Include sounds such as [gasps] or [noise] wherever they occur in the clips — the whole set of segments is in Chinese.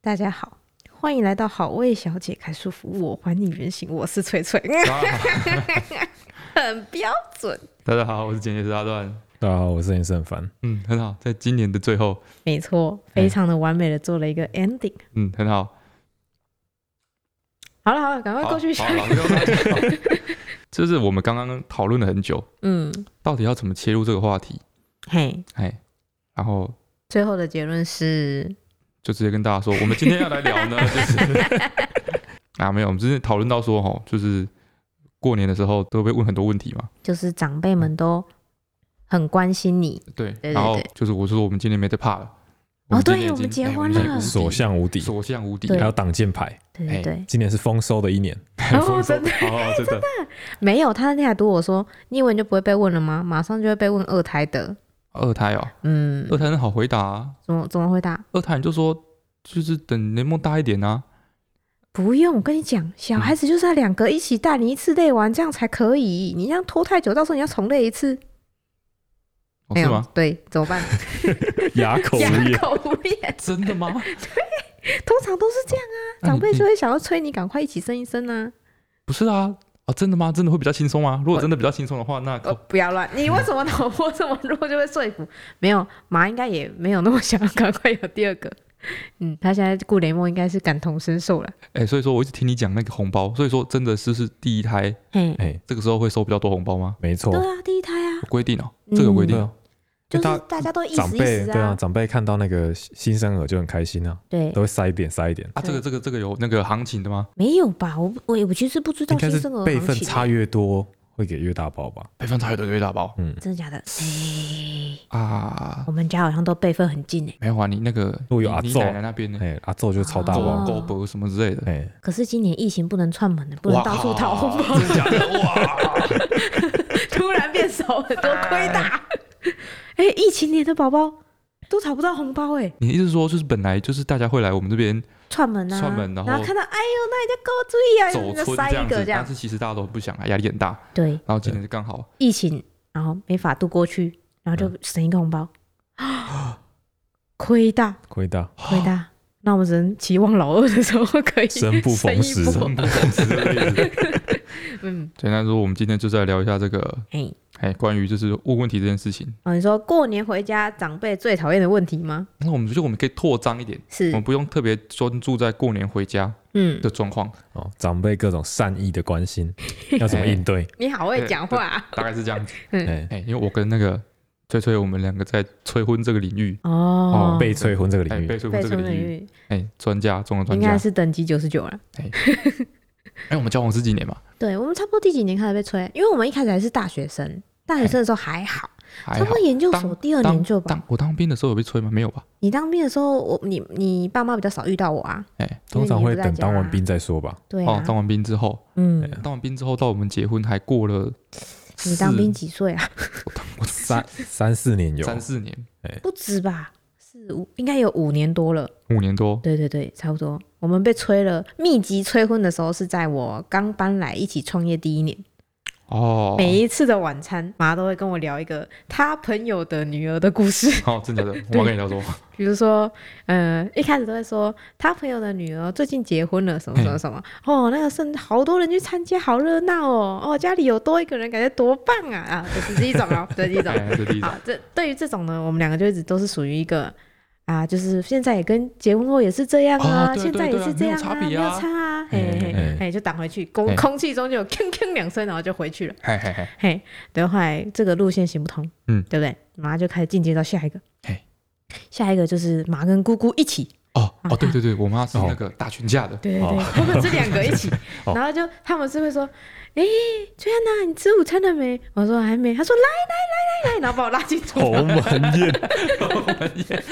大家好，欢迎来到好味小姐开束缚，我还你原形，我是翠翠， [laughs] 很标准， [laughs] 大家好，我是剪辑师阿段。大啊家好，我是林胜凡。嗯，很好，在今年的最后，没错，非常的完美的做了一个 ending。嗯，很好。好了好了，赶快好过去下好一好好好 [laughs] 就是我们刚刚讨论了很久， [laughs] 嗯，到底要怎么切入这个话题？嘿，哎，然后最后的结论是，就直接跟大家说，我们今天要来 [laughs] 聊呢，就是啊，没有，我们之前讨论到说，哈，就是过年的时候都被问很多问题嘛，就是长辈们都嗯很关心你，对，对然后对就是我说我们今年没得怕了。哦今对年已我们经结哎婚嗯已经了无敌所向无敌，所向无敌对还了，有挡箭牌。对哎对对，今年是 [laughs] 丰收的一年，然后真的哦，真的， [laughs] 没有，他那天还堵我说，你以为你就不会被问了吗？马上就会被问二胎的，二胎哦，嗯，二胎很好回答啊，怎么怎么回答？二胎你就说就是等联盟大一点啊，不用，我跟你讲，小嗯孩子就是要两个一起带，你一次累完这样才可以。你这样拖太久，到时候你要重累一次，哦、没是有吗？对，怎 [laughs] 么办？哑口无言。口无言，真 [laughs] 的吗？通常都是这 [laughs] 样啊。嗯那长你辈你就会想要催你赶快一起生一生啊。不是啊啊，真的吗？真的会比较轻松吗？如果真的比较轻松的话，那呃，不要乱，你为什么脑波这么弱就会说服？没有，妈应该也没有那么想要赶快有第二个。 [laughs] 嗯，他现在顾雷梦应该是感同身受了。哎、所以说我一直听你讲那个红包，所以说真的是是第一胎嘿，哎，这个时候会收比较多红包吗？没错对，啊，第一胎啊，有规定哦，嗯这个有规定哦。就大是大家都意长思意辈思对啊，，长辈看到那个新生儿就很开心啊，对都，会塞一点塞一点。啊，这个这个这个有那个行情的吗？没有吧？我我我其实不知道应该新是生儿辈行分情啊差越多，会给越大包吧？百分差越多越大包嗯，真的假的？哎，啊我！们家好像都辈分很近哎，没有啊，你那个如果有你阿你祖奶奶那边呢，哎，阿宙就超大狗哦包。狗伯什么之类的，哎，可是今年疫情不能串门欸了，不能到处讨 [laughs] 红包，哇真的假的？ [laughs] 哇， [laughs] 突然变少很多，亏大。哎，疫情年的宝宝都讨不到红包哎，你意思是说就是本来就是大家会来我们这边串门啊，串门然然后看到哎呦，那你就给我注意啊，走那村塞这一样个子，这但样。是其实大家都不想来，啊压力很大。对，然后今年就刚好，疫情，然后没法度过去，然后嗯就省一个红包，亏大亏大，亏大。那我们只能期望老二的时候可以生不逢时省一波生 [laughs] 嗯，简单说，我们今天就是来聊一下这个哎，哎，关于就是问问题这件事情，哦，你说过年回家长辈最讨厌的问题吗？那我们觉得我们可以拓张一点，我是们，不用特别专注在过年回家嗯，的状况，哦，长辈各种善意的关 [laughs] 心，要怎么应对？你好会讲话、啊。大概是这样子。哎，哎，因为我跟那个崔崔，我们两个在催婚这个领域，哦被催婚这个哎，领域，被催被婚这个称为领域，玉哎，专家，中的专应该家。是等级九十九了。哎，我们交往十几年嘛，对我们差不多第几年开始被催？因为我们一开始还是大学生，大学生的时候还好，差还不好多。研究所当第二年就吧。当我当兵的时候有被催吗？没有吧？你当兵的时候，我你你爸妈比较少遇到我啊。哎，通常会因为你等不在家啊当完兵再说吧。对哦啊，，当完兵之后，嗯，当完兵之后到我们结婚还过了四，你当兵几岁啊？我当我三三四年 [laughs] 有，三四年，不止吧，四五应该有五年多了。五年多，对对对，差不多。我们被催了，密集催婚的时候是在我刚搬来一起创业第一年。哦，每一次的晚餐，妈都会跟我聊一个她朋友的女儿的故事。 [laughs] 好，哦真的假的？我要跟你聊什么？比如说，呃，一开始都会说她朋友的女儿最近结婚了，什么什么什么。哦，那个甚至好多人去参加，好热闹哦。哦，家里有多一个人，感觉多棒啊！啊，这是一种 [laughs] 哦，这是一种。哎，这第一种好，这对于这种呢，我们两个就一直都是属于一个啊，就是现在也跟结婚后也是这样啊，哦对现在也对对是这样没有差没别有啊差啊，嘿嘿嗯嘿嗯，嘿就挡回去，空嗯空气中就有吭吭两声，然后就回去了。嘿嘿嘿， [laughs] 嘿，等后来这个路线行不通，嗯对不对？马就开始进阶到下一个，嘿，下一个就是马跟姑姑一起，哦啊哦，对对对，我妈是那个大群架的，对对对，哦他们是两个一 [laughs] 起，哦然后就他们是会说，哎、崔安娜，你吃午餐了没？我说还没，他说来来来来来，然后把我拉进厨 [laughs] 鸿哦房。门 [laughs] 宴，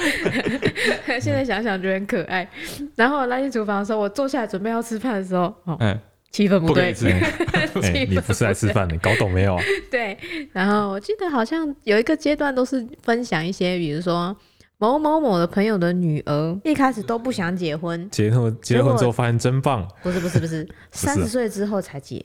现在想想觉得很可爱。然后我拉进厨房的时候，我坐下来准备要吃饭的时候，哦，哎，气氛不不可对 [laughs] 以，吃，哎，你不是来吃饭的，搞懂没有啊？对，然后我记得好像有一个阶段都是分享一些，比如说某某某的朋友的女儿，一开始都不想结婚， [laughs] 结婚结了婚之后发现真棒，不是不是不是，三啊十岁之后才结。啊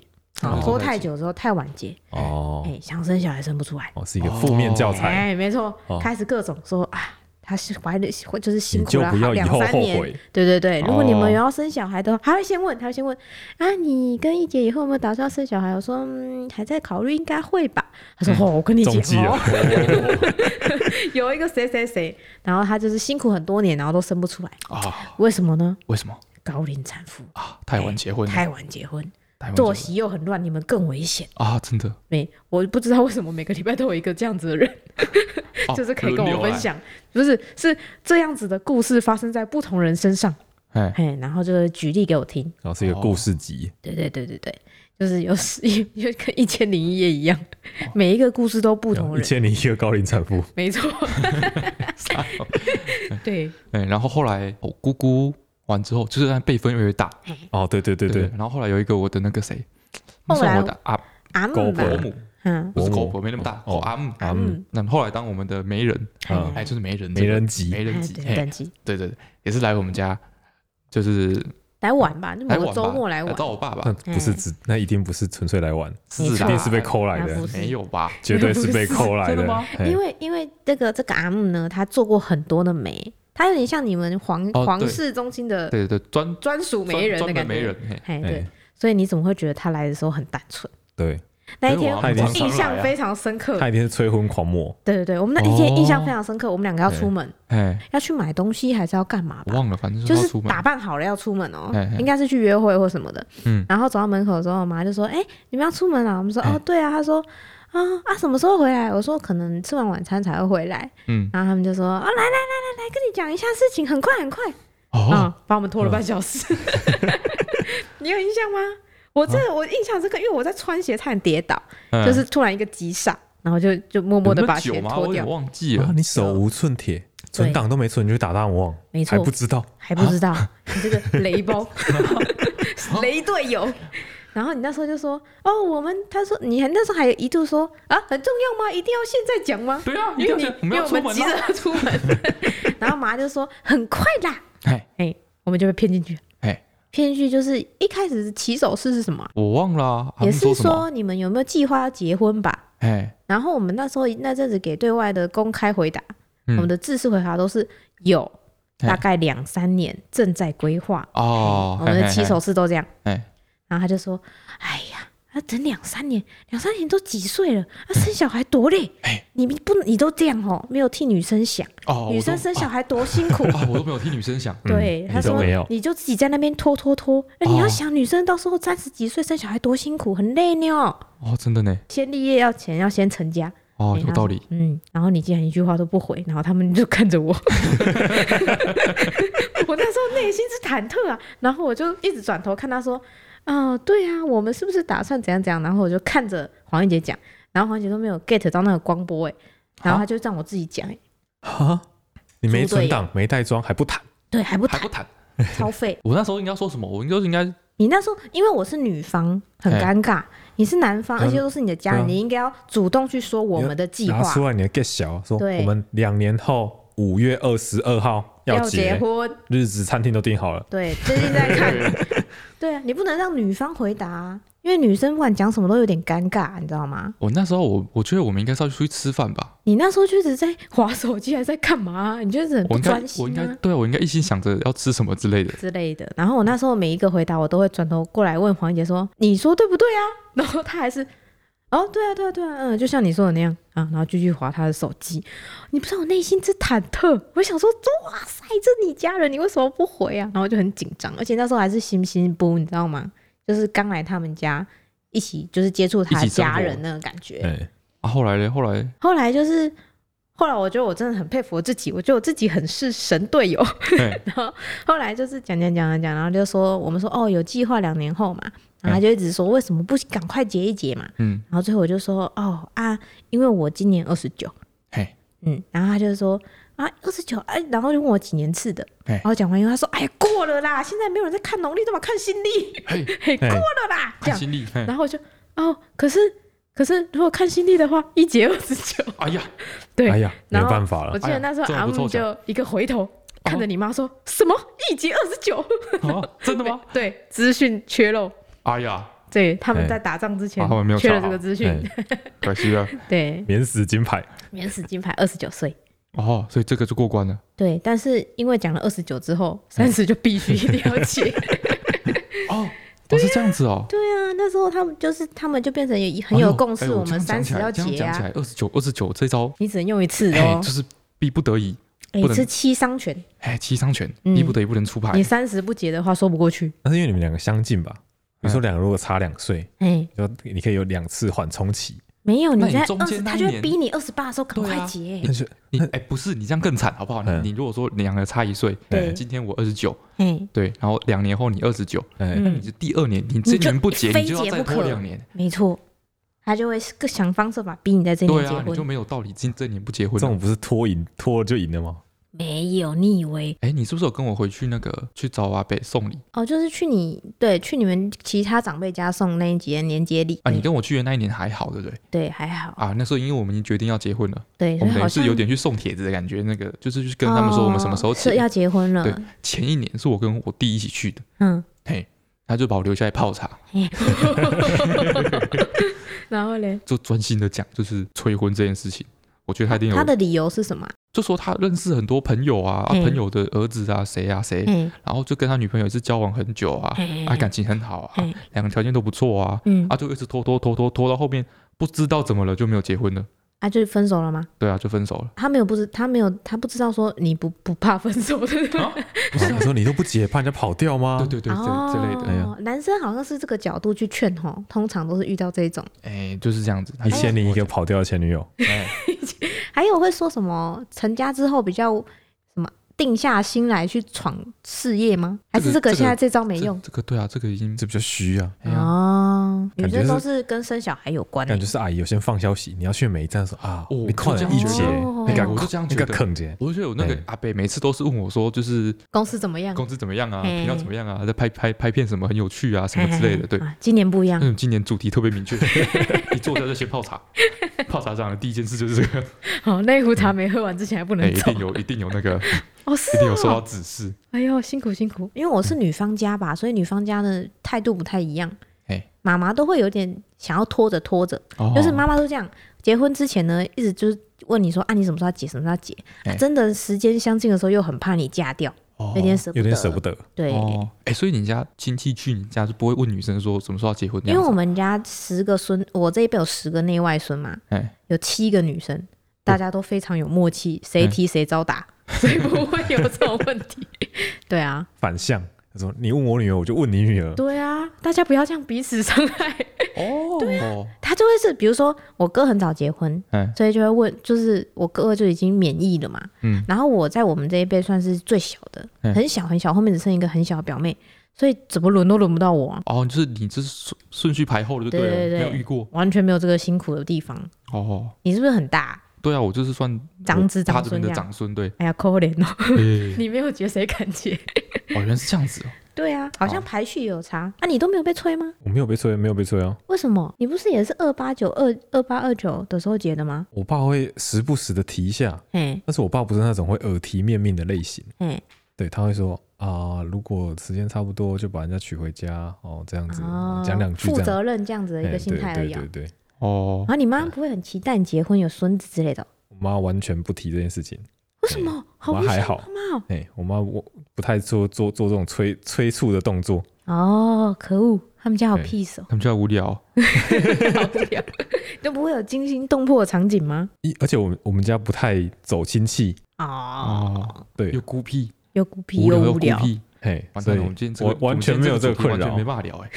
哦拖太久之后太晚结，哦哎，想生小孩生不出来，哦，是一个负面教材，哎，没错哦，开始各种说啊，她是怀了，就是辛你苦就了不要以两后三后年，悔。对对对，如果你哦们有要生小孩的话，他会先问，他会先问啊，你跟一姐以后有没有打算要生小孩？我说、嗯、还在考虑，应该会吧。他说、嗯哦，我跟你中计讲了哦， [laughs] 有一个谁谁谁，然后他就是辛苦很多年，然后都生不出来，啊，为什么呢？为什么高龄产妇啊？太晚结婚了，太晚结婚，太晚结婚作息又很乱，你们更危险。啊，真的没，我不知道为什么每个礼拜都有一个这样子的人，哦就是可以跟轮我流分来享，不是是这样子的故事发生在不同人身上，哎，嘿，然后就是举例给我听。然后哦是一个故事集，对对对对对，就是 [laughs] 有十一，就跟一千零一夜一样，每一个故事都不同哦一人，千零一个高龄产妇，没 [laughs] 错，对，哎，然后后来我姑姑完之后，就是那辈分越来越大，哦，对对对对，然后后来有一个我的那个谁，后来那算我的阿阿姆狗吧婆伯，母，嗯，不是伯狗母婆，没那么大，哦哦阿姆。啊，嗯那后来当我们的媒人，嗯哎，就是媒人，没人集，媒人哎集，对，哎等级对对对，也是来我们家，就是来玩吧，就来某个玩吧周末来玩找，我爸爸，那不是只，那一定不是纯粹来玩，嗯没嗯是错一啦，定是被抠来那的不，是没有吧？绝对是被抠来哎真的吗嘿因为因为这个这个阿姆呢，他做过很多的媒，他有点像你们皇哦对皇室中心的对对，对专专属媒人的专专门感媒觉人，，嘿哎对哎，所以你怎么会觉得他来的时候很单纯？对，那一可是天我我阿姆他已常印常来啊象非常深刻，他一定是催婚狂魔，对对对，我们那一天印象哦非常深刻，我们两个要出门。哎，要去买东西还是要干嘛我吧？忘了，反正就要是出门打，扮好了要出门哦嘿嘿，应该是去约会或什么的。嗯然后走到门口的时候，我妈就说：“哎，你们要出门啊？”我们说：“嘿哦，对啊。”她说：“啊啊，什么时候回来？”我说：“可能吃完晚餐才会回来。嗯”，然后他们就说：“啊，来来来来来，跟你讲一下事情，很快很快。”哦，啊，把我们拖了半小 [laughs] 时。你有印象吗？我这个我印象这个，因为我在穿鞋差点跌倒，哦嗯就是突然一个急刹，然后就就默默的有把那么久鞋吗脱我有掉点。忘记啊了，你手无寸铁，存档都没存，你就打大魔王，嗯没还错不，知道，还不知道，啊你这个雷 [laughs] 包，雷队友。然后你那时候就说，哦，我们他说你还那时候还一度说啊，很重要吗？一定要现在讲吗？对啊，因一为定你要这样因为我我们们要出门急着了，要出门， [laughs] 然后妈就说很快啦，哎，哎，我们就被骗进去了。哎骗进去就是一开始起手式是什么？我忘了啊，他也们是什么？说你们有没有计划要结婚吧？哎，然后我们那时候那阵子给对外的公开回答，嗯我们的自式回答都是有，哎大概两三年正在规划。哦，我们嘿的起，手式都这样。嘿嘿然后他就说：“哎呀，要等两三年，两三年都几岁了，啊、生小孩多累哎！你们不，你都这样哦，没有替女生想，嘿哦，女我生都生小孩多辛 [laughs] 苦。啊，我都没有替女生想，嗯对，你他都说没有你就自己在那边拖拖拖，哎、你哦要想女生到时候三十几岁生小孩多辛苦，很累呢。哦，真的呢，先立业要前要先成家，哦，哎有道理，。他说嗯，然后你竟然一句话都不回，然后他们就看着我， [laughs] 我那时候内心是忐忑啊，然后我就一直转头看他说，嗯、对啊，我们是不是打算怎样怎样？然后我就看着黄玉姐讲，然后黄玉姐都没有 get 到那个光波哎、然后啊他就让我自己讲哎、啊，你没猪队存友档，没带妆，还不谈，对，还不还谈不谈。超费。我那时候应该说什么？我应该应该你那时候因为我是女方，很哎尴尬；你是男方，嗯而且都是你的家对啊人，你应该要主动去说我们的计拿划出来你的 get 小，说对我们两年后五月二十二号要结结，婚，日子餐厅都订好了，对，最近 [laughs] 在看。对啊，你不能让女方回答、啊，因为女生不管讲什么都有点尴尬，你知道吗？我那时候我我觉得我们应该是要出去吃饭吧。你那时候就一直在划手机，还在干嘛啊、你就是很我不应该专心、啊、我应该对啊我应该一心想着要吃什么之类的。之类的。然后我那时候每一个回答，我都会转头过来问黄姐说：“你说对不对啊？” [laughs] 然后她还是。哦，对啊，对啊，对啊，嗯，就像你说的那样啊，然后继续划她的手机。你不知道我内心之忐忑，我想说，哇塞，这你家人，你为什么不回啊？然后就很紧张，而且那时候还是心心不，你知道吗？就是刚来他们家一起，就是接触他一起生活家人那个感觉。哎，啊，后来嘞，后来后来就是，后来我觉得我真的很佩服我自己，我觉得我自己很是神队友。嘿 [laughs] 然后后来就是讲讲讲讲讲，然后就说我们说哦有计划两年后嘛，然后他就一直说为什么不赶快结一结嘛，嗯然后最后我就说哦啊，因为我今年二十九，嘿嗯，然后他就说啊二十九哎，然后就问我几年次的，嘿然后讲完以后他说哎呀过了啦，现在没有人在看农历，都嘛看新历， [laughs] 嘿，嘿过哎了啦，这看样，心力嘿，然后我就哦可是可是如果看新历的话，一节二十九，哎呀，对，哎呀，没然后办法我了，记得那时哎候呀阿这么不木凑巧哦就一个回头看着你妈说、什么一节二十九。 [laughs] 啊，真的吗？哦对，资讯缺漏，哎呀，对，他们哎在打仗之前啊他们没有缺了查这好个资讯，哎可惜了。 [laughs] 对，免死金牌，免死金牌二十九岁。哦，所以这个就过关了。对，但是因为讲了二十九之后，哎三十就必须了解。哦，哦是这样子哦。 [laughs] 对啊，那时候他们就是他们就变成有很有共哎识，呦我们这样三讲起十来要这样结讲起啊来，，二十九二十九这招，你只能用一次哎，哦就。是逼不得已，哎不，能是七伤拳，哎，七伤拳，嗯逼不得已不能出牌你。三十不结的话说不过去。但是因为你们两个相近嗯吧？你说两个如果差两岁，哎，就你可以有两次缓冲期，没有，你那你在中二间十，那他一就会年逼你二十八的时候赶对快啊结。但是你哎，不是你这样更惨，好不好？嗯你你如果说两个差一岁，对今天我二十九，哎，对，然后两年后你二十九，哎，那你嗯，是第二年，你这一年不结，你就你就要再拖两年。没错，他就会各想方设法逼你在这一对年结啊，你就婚。没有道理今这一年不结婚这了。种不是拖赢拖了就赢 [laughs] 了吗？没有，你以为哎，你是不是有跟我回去那个去找阿北送礼哦？就是去你对去你们其他长辈家送那一节年节礼啊？你跟我去的那一年还好，对不对？对还好，啊，那时候因为我们已经决定要结婚了，对，我所以们等好于是像有点去送帖子的感觉，那个就是去跟他们说我们什么时候哦是结。要结婚对了？前一年是我跟我弟一起去的， [laughs] 嗯，他就把我留下来泡茶，然后嘞，就专心的讲就是催婚这件事情。我觉得他一定有，他的嗯理由是什么啊？就说他认识很多朋友啊，啊嘿朋友的儿子啊，谁啊谁，哎然后就跟他女朋友也是交往很久啊，哎啊感情很好啊，哎，两个条件都不错啊，嗯，啊就一直拖拖拖拖拖到后面不知道怎么了就没有结婚了，啊，就是分手了吗？对啊就分手了。他没有不知，他没有，他不知道说你不不怕分手的。不是说你都不结，怕人家跑掉吗？对 [laughs] 啊对对，这这类的，哎呀哦，男生好像是这个角度去劝吼，通常都是遇到这种。哎，就是这样子。你先你一个跑掉的前女友，哎，还有会说什么成家之后比较什么定下心来去闯事业吗？还是这这个个现在这招没用这？这个对啊，这个已经这比较虚啊。哎呀哦，女感觉生是都是跟生小孩有关欸。感觉是阿姨有先放消息，你要去每一站说啊，哦你快点就一这样节觉得，那哎个我就这样觉那得个坑节，我就觉得我那个哎阿北每次都是问我说，就是公司怎么样？工资怎么样啊，哎频道怎么样啊，在拍拍拍片什么很有趣啊，什么之类的。对，啊，今年不一样。嗯，今年主题特别明 [laughs] 确，一坐下就先泡茶，泡茶上的第一件事就是这个， [laughs] 好，那一壶茶没喝完之前还不哎，能一走定。有一定有那个，哦，是一定有受到哦。指示。哎呦，辛苦辛苦。因为我是女方家嗯吧，所以女方家的态度不太一样哎。妈妈都会有点想要拖着拖着，哦就是妈妈都这样。结婚之前呢，一直就是问你说啊，你什么时候要结，什么时候要结？啊哎真的时间相近的时候，又很怕你嫁掉，哦有点舍不有得。点舍不得。对，哦，哎，所以你家亲戚去你家是不会问女生说什么时候要结婚这因为样我子，们家十个孙，我这一辈有十个内外孙嘛，哎，有七个女生，大家都非常有默契，谁踢谁招打，嗯 [laughs] 所以不会有这种问 [laughs] 题。对啊，反向，他说你问我女儿，我就问你女儿。对啊，大家不要这样彼此伤害。哦，哦，他就会是，比如说我哥很早结婚，哎，所以就会问，就是我哥就已经免疫了嘛。嗯然后我在我们这一辈算是最小的，嗯很小很小，后面只剩一个很小的表妹，所以怎么轮都轮不到我啊，哦，就是你这是顺顺序排后的就对了，对对对没有遇过。完全没有这个辛苦的地方。哦，你是不是很大？对啊，我就是算长子我他长这孙这边的样？长孙， [laughs] 对，哎呀，可怜哦，哎你没有结谁敢结？哦，原来是这样子哦。对啊，好像排序也有差啊，你都没有被催吗？我没有被催，没有被催啊。为什么？你不是也是二八九二二八二九的时候结的吗？我爸会时不时的提一下，哎但是我爸不是那种会耳提面命的类型，哎，对他会说啊，如果时间差不多就把人家娶回家哦，这样子哦讲两句负这样。责任这样子的一哎个心态而已对啊。对对对，哦然，后你妈不会很期待你结婚有孙子之类的哦？我妈完全不提这件事情。为什么？好我危妈还险好妈妈哦！哎、我妈我不太做做做这种催催促的动作，哦，可恶，他们家好对 peace 哦，他们家无聊，好无聊，哎都不会有惊心动魄的场景吗？一而且我们我们家不太走亲戚，哦，啊对又，孤僻，又孤僻无又聊又无孤聊，僻，嘿，完所蛋了，以我们今天这我个完全没有这这个困完全扰没。办法聊哎。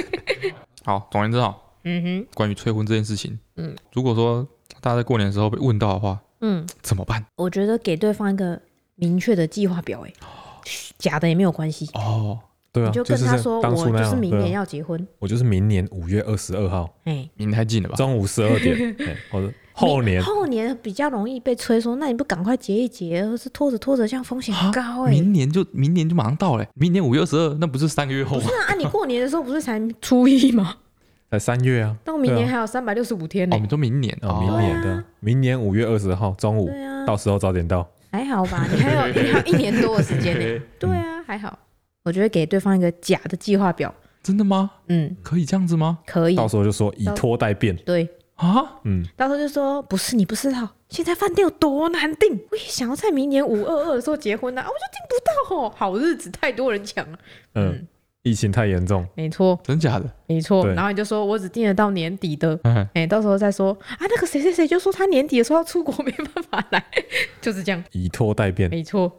[laughs] 好，总而言之哈，嗯关于催婚这件事情，嗯，如果说大家在过年的时候被问到的话，哼，嗯，怎么办？我觉得给对方一个明确的计划表，哎，嘘假的也没有关系，哦，对啊，你就跟是他这说，当我初那就样，是明对啊年要结婚，我就是明年五月二十二号哎，离你太近了吧？中午十 [laughs] 二点，哎或者后年后年比较容易被催说，那你不赶快结一结，或是拖着拖着，这样风险啊很高哎、明年就明年就马上到了，明年五月二十二，那不是三个月后吗？那啊， [laughs] 你过年的时候不是才初一吗？才三月啊，到明对年啊还有三百六十五天呢、哦，你都明年哦，明年对的啊明年五月二十号中午，对啊，到时候早点到。还好吧？你还 [laughs] 有你还有一年多的时间呢、对啊，还好。我觉得给对方一个假的计划表，真的吗？嗯，可以这样子吗？可以，到时候就说以拖代变，对，啊，嗯，到时候就说不是你不知道，现在饭店有多难订，我也想要在明年五二二的时候结婚啊，我就订不到哦，好日子太多人抢了。嗯，疫情太严重，没错，真假的？没错。对然后你就说我只订得到年底的，哎，哎、到时候再说啊。那个谁谁谁就说他年底的时候要出国，没办法来， [laughs] 就是这样。以拖代变。没错，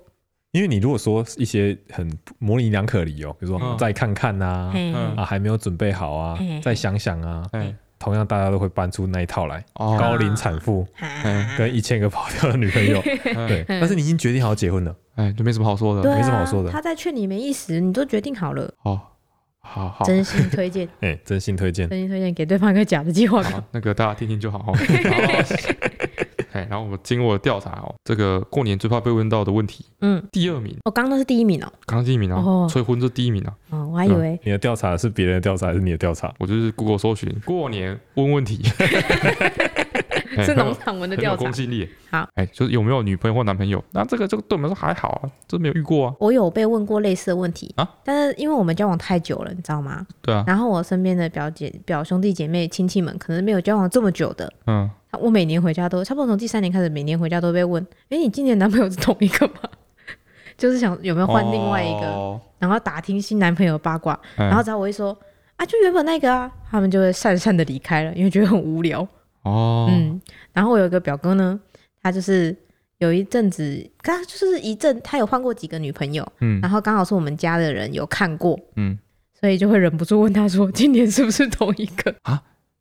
因为你如果说一些很模棱两可的理由，比如说嗯再看看啊，嘿嗯啊还没有准备好啊嘿，再想想啊，哎，同样大家都会搬出那一套来，哦，高龄产妇啊跟一千个跑掉的女朋友，对，但是你已经决定好结婚了，哎，就没什么好说的。对啊，没什么好说的他在劝你没意思，你都决定好了，好，好好，真心推 [laughs] 荐，哎，真心推荐，真心推荐给对方一个假的计划好稿。，那个大家听听就好。 [laughs] 哦然后哎，然后我们经过调查哦，这个过年最怕被问到的问题，嗯，第二名，我刚刚那是第一名哦，刚刚第一名啊哦，催婚是第一名啊。哦，我还以为你的调查是别人的调查还是你的调查？我就是 Google 搜寻过年问 [laughs] 问题，嗯哎是农场文的很有调查公。信力。好，哎，就是有没有女朋友或男朋友？那这个这个对我们来说还好啊，这没有遇过啊。我有被问过类似的问题啊，但是因为我们交往太久了，你知道吗？对啊，然后我身边的表姐、表兄弟姐妹、亲戚们，可能没有交往这么久的，嗯，我每年回家都差不多从第三年开始，每年回家都被问：“哎，你今年男朋友是同一个吗？” [laughs] 就是想有没有换另外一个，哦然后打听新男朋友的八卦。哎然后只要我一说啊，就原本那个啊，他们就会讪讪的离开了，因为觉得很无聊。哦，嗯，然后我有一个表哥呢，他就是有一阵子，他就是一阵，他有换过几个女朋友，嗯然后刚好是我们家的人有看过，嗯，所以就会忍不住问他说：“今年是不是同一 [laughs] 个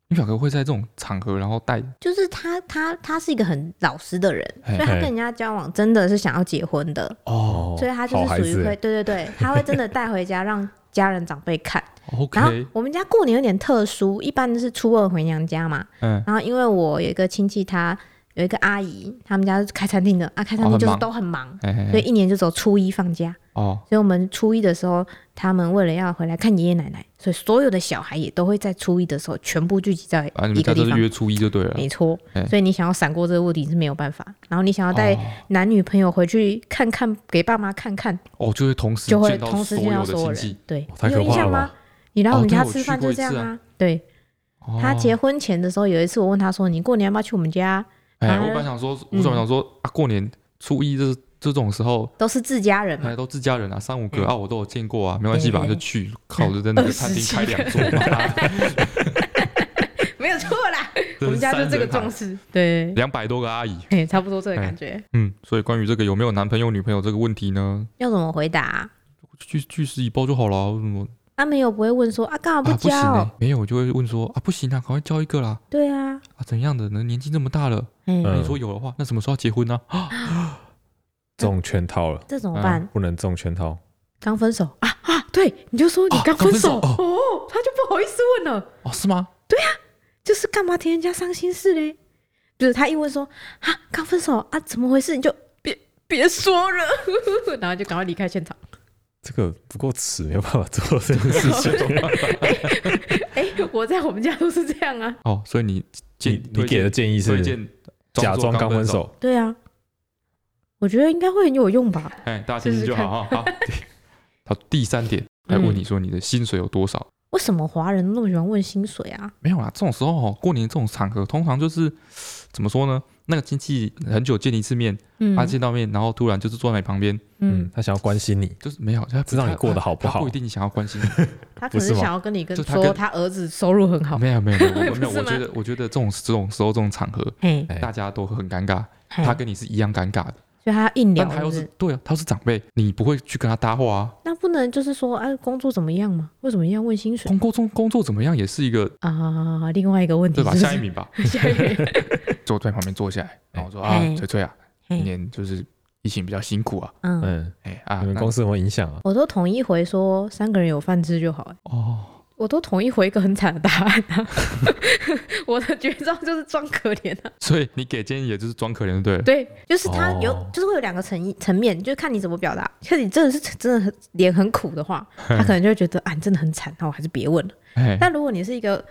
你表哥会在这种场合然后带？”就是他，他他是一个很老实的人，嘿所以他嘿跟人家交往真的是想要结婚的，哦所以他就好是孩属于子会，对对 [laughs] 对，他会真的带回家让家人长辈看。然后 OK，我们家过年有点特殊，一般是初二回娘家嘛，嗯，然后因为我有一个亲戚他，有一个阿姨，他们家是开餐厅的，啊，开餐厅就是哦很忙都很忙，哎哎所哎以一年就只有初一放假。哦，所以我们初一的时候，他们为了要回来看爷爷奶奶，所以所有的小孩也都会在初一的时候全部聚集在啊，一你们个家就地是方。约初一就对了。没错哎，所以你想要闪过这个问题是没有办法。然后你想要带哦男女朋友回去看看，给爸妈看看，哦，就会同时就会见到同时见到有的所有亲人戚。。对太，你有可印怕象了吗吧？？你来我哦们对家我吃去饭过就一这样次啊哦啊。对他结婚前的时候，有一次我问他说：“你过年要不要去我们家哎、啊我本来想说，我嗯本来想说、啊，过年初一这这种时候，？”都是自家人大嘛家，都自家人啊，三五个、啊，我都有见过啊，没关系吧，嗯对就对去，靠，就在那 [laughs] 个餐厅开两桌嘛， [laughs] 没有错啦。我真们是家就三这个人啊行壮士，对，两百多个阿姨，哎，差不多这个感觉。嗯，所以关于这个有没有男朋友女朋友这个问题呢，要怎么回答啊？据据实以报就好了啊，为什么他们又不会问说啊，干嘛啊不交？行、欸，没有，我就会问说啊，不行啊，赶快交一个啦，对啊，啊，怎样的呢？年纪这么大了，哎、嗯你说有的话，那什么时候要结婚呢、啊？中圈套了，这怎么办？不能中圈套。刚、分手啊啊，对，你就说你哦刚分手,、刚分手哦，他就不好意思问了，哦，是吗？就是干嘛填人家伤心事嘞？就是他一问说啊，刚分手啊，怎么回事？你就别别说了， [laughs] 然后就赶快离开现场。这个不够耻，没有办法做这个事 [laughs] 情。哎、我在我们家都是这样啊。哦，所以你你建你给的建议推是荐假装刚分分，手，对啊，我觉得应该会很有用吧。哎，大家听听就好啊。好， [laughs] 好，第三点，来嗯问你说你的薪水有多少？为什么华人那么喜欢问薪水啊？没有啦，这种时候哦，过年这种场合，通常就是怎么说呢？那个亲戚很久见一次面，啊嗯他见到面，然后突然就是坐在你旁边，嗯，，他想要关心你，就是没有，他知道你过得好不不他好不一定想要关 [laughs] 心你。他可不能是吗想要跟你跟就他说跟他儿子收入很好。没有没有没有，我没 [laughs] 有，不是我吗觉得我觉得这种这种时候这种场合，嘿，哎大家都很尴尬，嘿他跟你是一样尴尬的。所以他要硬聊但，他是又不是是？对啊，他是长辈，你不会去跟他搭话啊。那不能就是说，啊，工作怎么样嘛？为什么一定要问薪水工工作工作怎么样也是一个啊？另外一个问题嗯对是吧？不是下一，名吧， [laughs] 下一名， [laughs] 坐在旁边坐下来，然后我说啊哎，翠翠啊，哎今年就是疫情比较辛苦啊，嗯，嗯，哎啊，你们那公司有没有影响啊？我都统一回说三个人有饭吃就好、欸哦，我都统一回一个很惨的答案 [laughs] 啊！我的绝招就是装可怜啊！所以你给建议也就是装可怜就对了。对，就是他哦有，就是会有两个层层面，就是看你怎么表达。可是你真的是真的很 [laughs] 脸很苦的话，他可能就会觉得啊，你真的很惨，那我还是别问了。哎，但如果你是一个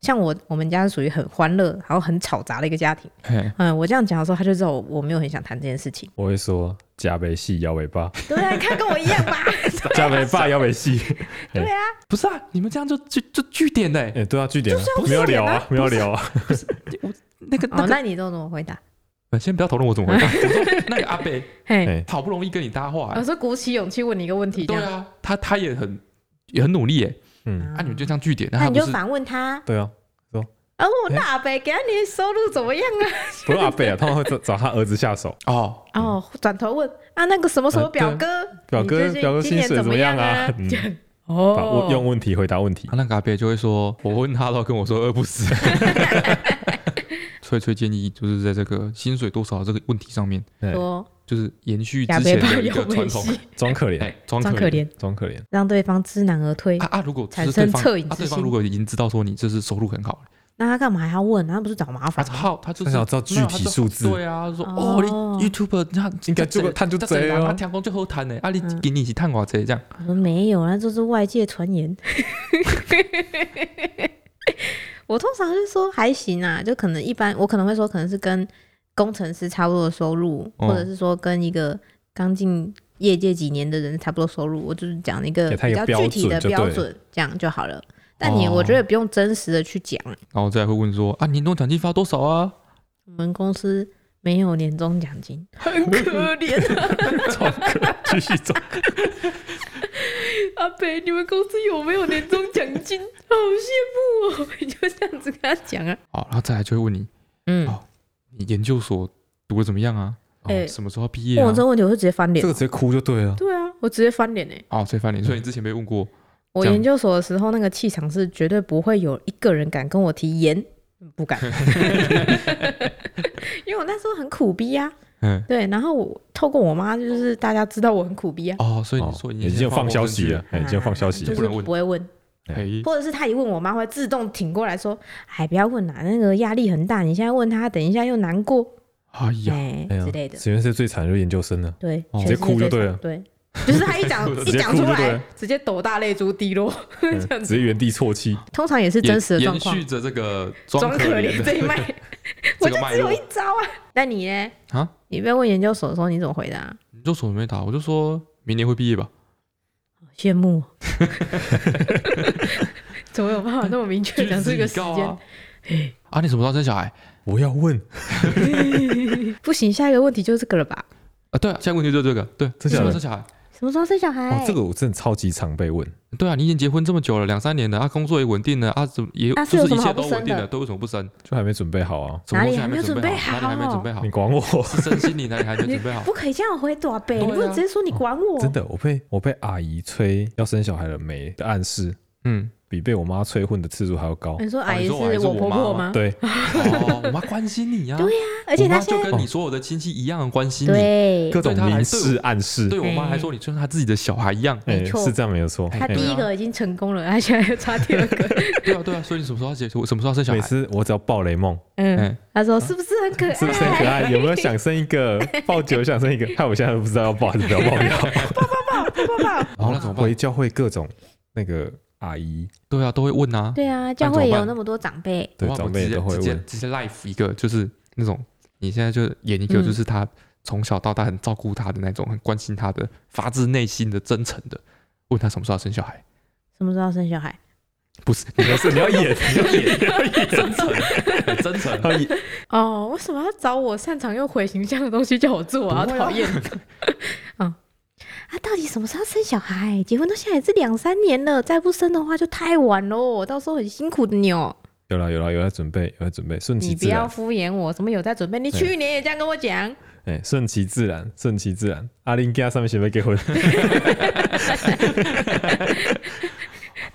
像我我们家是属于很欢乐，然后很吵杂的一个家庭。嘿，嗯，我这样讲的时候，他就知道我我没有很想谈这件事情。我会说加尾戏摇尾巴， [laughs] 对啊，看跟我一样吧。 [laughs] 加尾巴摇尾戏。对啊，不是啊，你们这样就就就据点嘞、 [laughs] 哎，对啊，据点啊就是要没有聊据点啊啊，没有聊啊。我那个那 [laughs] 哦，个，那你都怎么回答？呃先不要讨论我怎么回答。 [laughs] 我说那个阿贝嘿，哎，好不容易跟你搭话、我欸，是鼓起勇气问你嗯一个问题，这对样。啊，他他也很也很努力耶、嗯，啊，你们就这样据点，那那他你不就是反问他，对啊，啊，我那阿伯给他你的收入怎么样啊？不是阿贝啊，他们会找找他儿子下手。哦， [laughs] 哦，转头问啊，那个什么什么表哥，表你最哥近表哥今薪年水怎怎么样样啊？嗯 [laughs] 这，样把哦问，用问题回答问题啊。那个阿贝就会说，我问他都跟 [laughs] 我说饿不死。所以，所以建议就是在这个薪水多少这个问题上面，哎，说就是延续亚之伯前爸的一有个危传统，机，装可怜，哎，装装可可怜。怜，装可怜。让对方知难而退啊。啊！如果就产是生对方恻隐之啊，对方心如果已经知道说你这是收入很好，那他干嘛还要问？他不是找麻他烦吗？啊好，他就他是想知道没具有他体就数字对啊，说哦哦你，YouTube 他应该就探就这贼样，他哦。听讲最好谈的，啊你嗯给你一起探我这这样，我说呃没有，那就是外界传言。 [laughs] 我通常是说还行啊，就可能一般，我可能会说可能是跟工程师差不多的收入，哦或者是说跟一个刚进业界几年的人差不多收入，我就是讲一个给他一比个较具体的标标准就对了准，这样就好了。但你哦我觉得不用真实的去讲，然后再会问说啊，年终奖金发多少啊？我们公司没有年终奖金，很可 [laughs] 怜啊！装可继续装，阿北，你们公司有没有年终奖金？好羡慕哦！ [laughs] 你就这样子跟他讲啊，哦好，然后再来就会问你，嗯。你研究所读的怎么样啊？哦哎、什么时候毕业问我啊 [laughs] 这？个问题，我会直接翻脸这。个直接哭就对了。对啊，我直接翻脸哎、哦，所以范林，所以你之前没问过，我这样研究所的时候，那个气场是绝对不会有一个人敢跟我提盐，不 [laughs] 敢，因为我那时候很苦逼呀、啊。嗯，对，然后我透过我妈，就是大家知道我很苦逼啊。哦，所以你哦说你已经有放消息了了，，哎已经有放消息就了是。不能问不会问，哎，或者是他一问我妈会自动挺过来说：“哎，不要问啦、那个压力很大，你现在问他，等一下又难过，哎呀，哎、哎呀之类的。实验室最惨的就是研究生了”，对，哦全世界直接哭就对最了惨对，就是他一 [laughs] 讲直一接讲哭出就对来了，直接抖大泪珠滴落，嗯 [laughs] 这样直子。接原地啜泣。通常也是延真实的状延况。续着这个装装可怜怜的这一 [laughs] 脉，我这就个脉只有络一招啊。那你呢？啊，你被问研究所的时候，你怎么回答？研究所没打，我就说明年会毕业吧。羡 [laughs] 慕，怎么有办法那么明确 [laughs] 讲出一个时间 [laughs] 啊？啊，你什么时候生小孩？我要问，不行，下一个问题就是这个了吧？啊，对啊，现在问题就是这个，对，真什假么时的候生小孩？什么时候哎生小孩哦哇，？哦这个我真的超级常被问。对啊，你已经结婚这么久了，两三年了，啊，工作也稳定了，啊，怎么也啊是就有是什一么好切不都生的稳定了，都为什么不生？就还没准备好啊！什么东哪里西还没没有准备准备哪里还没好准备好你？管我？是身心灵哪里还没你准备好？不可以这样回答呗！对你啊不能直接说你管我。真的，我被我被阿姨催要生小孩了没的暗示，嗯，比被我妈催婚的次数还要高。你说阿姨哦你是说我还是我我婆妈婆吗吗？对，哦，我妈关心你呀，对呀而且我她妈现就在跟你所有的亲戚一样很关心你，对各种对她来明对我示暗示，对我妈还说你就像她自己的小孩一样。没哎错是这样没有错。她哎第一个已经成功了，她现在又差第二 [laughs] 个。对啊，对啊，所以你什么时候要结婚？什么时候要生小每孩？次我只要抱雷梦，嗯哎，她说是不是很可爱？是不是很可爱？有没有想生一个？抱久想生一个，害我现在都不知道要抱还是不要抱要。抱抱抱。哦，那怎么办回？教会各种那个阿姨对啊，都会问啊。对啊，怎教么会也有办那么多长辈。对我妈长不辈直也接都会直接问，直接 life 一个，就是那种你现在就演一个，嗯就是她从小到大很照顾她的那种，很关心她的，发自内心的、真诚的，问她什么时候要生小孩。什么时候要生小孩？不 [laughs] 是，你要是你要演，你要演，你要演，真诚，很真 [laughs] 诚。要演哦，为什么要找我擅长又毁形象的东西叫我做啊？不会啊讨厌！ [laughs] 嗯，啊，到底什么时候生小孩？结婚到现在也是两三年了，再不生的话就太晚喽，到时候很辛苦的呢。 [laughs] 有了有了有在准备有在准备，顺你其不自要然，敷衍我，什么有在准备？你对去年也这样跟我讲，哎，顺其自然，顺其自然。阿林跟上面写没结婚，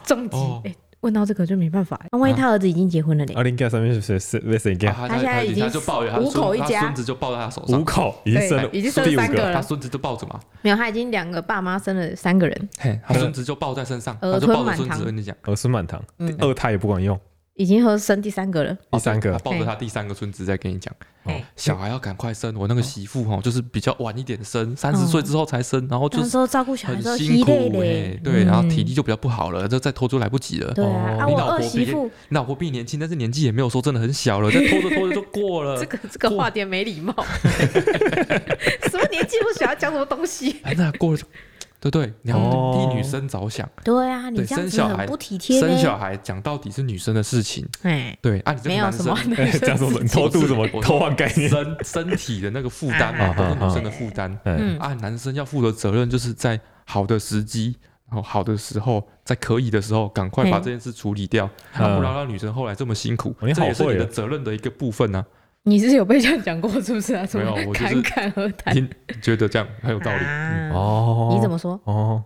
重疾。哦哎问到这个就没办法，那万一他儿子已经结婚了嘞？阿林跟上面写谁谁谁跟啊他现在已经他就抱着他五孙口一他家孙子就抱在他手五上，口已经生了，对已经生了第五三个了他孙子就抱着嘛，没有，他已经两个爸妈生了三个人，嘿，他孙子就抱在身上，呃他就抱吞满着孙子堂跟你讲，儿孙满堂嗯， [laughs] 二胎也不管用，已经和生第三个了，第三个他抱着他第三个孙子在跟你讲，哦哎小孩要赶快生，我那哦个媳妇哈，哦就是比较晚一点生，三十岁之后才生，然后就到是时候哦照顾小孩的很时候辛疲苦累哎嘞，，对，嗯然后体力就比较不好了，这再拖就来不及了。对啊，啊哦你我老婆二媳别妇老婆比你年轻，但是年纪也没有说真的很小了，再拖着拖着就过了呃这。个这个话点没礼 [laughs] 貌，什么年纪不小要讲什么东西？哎那过了就，对对，你要哦替女生着想，对啊，你对这样生子小很孩不体贴生小嘞。孩讲到底是女生的事情，哎，对啊，你这个没有男什生么哎讲什么偷渡什么偷换概 [laughs] 念？身身体的那个负担嘛，啊都是女生的啊负担哎嗯啊。男生要负的责任就是在好的时机，然后好的时候，在可以的时候，赶快把嗯这件事处理掉，嗯啊不然让女生后来这么辛苦哦你，好这也是会你哦的责任的一个部分啊。 [laughs] 你是有被这样讲过是不是啊？什没有我么就侃是侃而谈？听觉得这样很有道 [laughs] 理，嗯啊哦你怎么说？哦，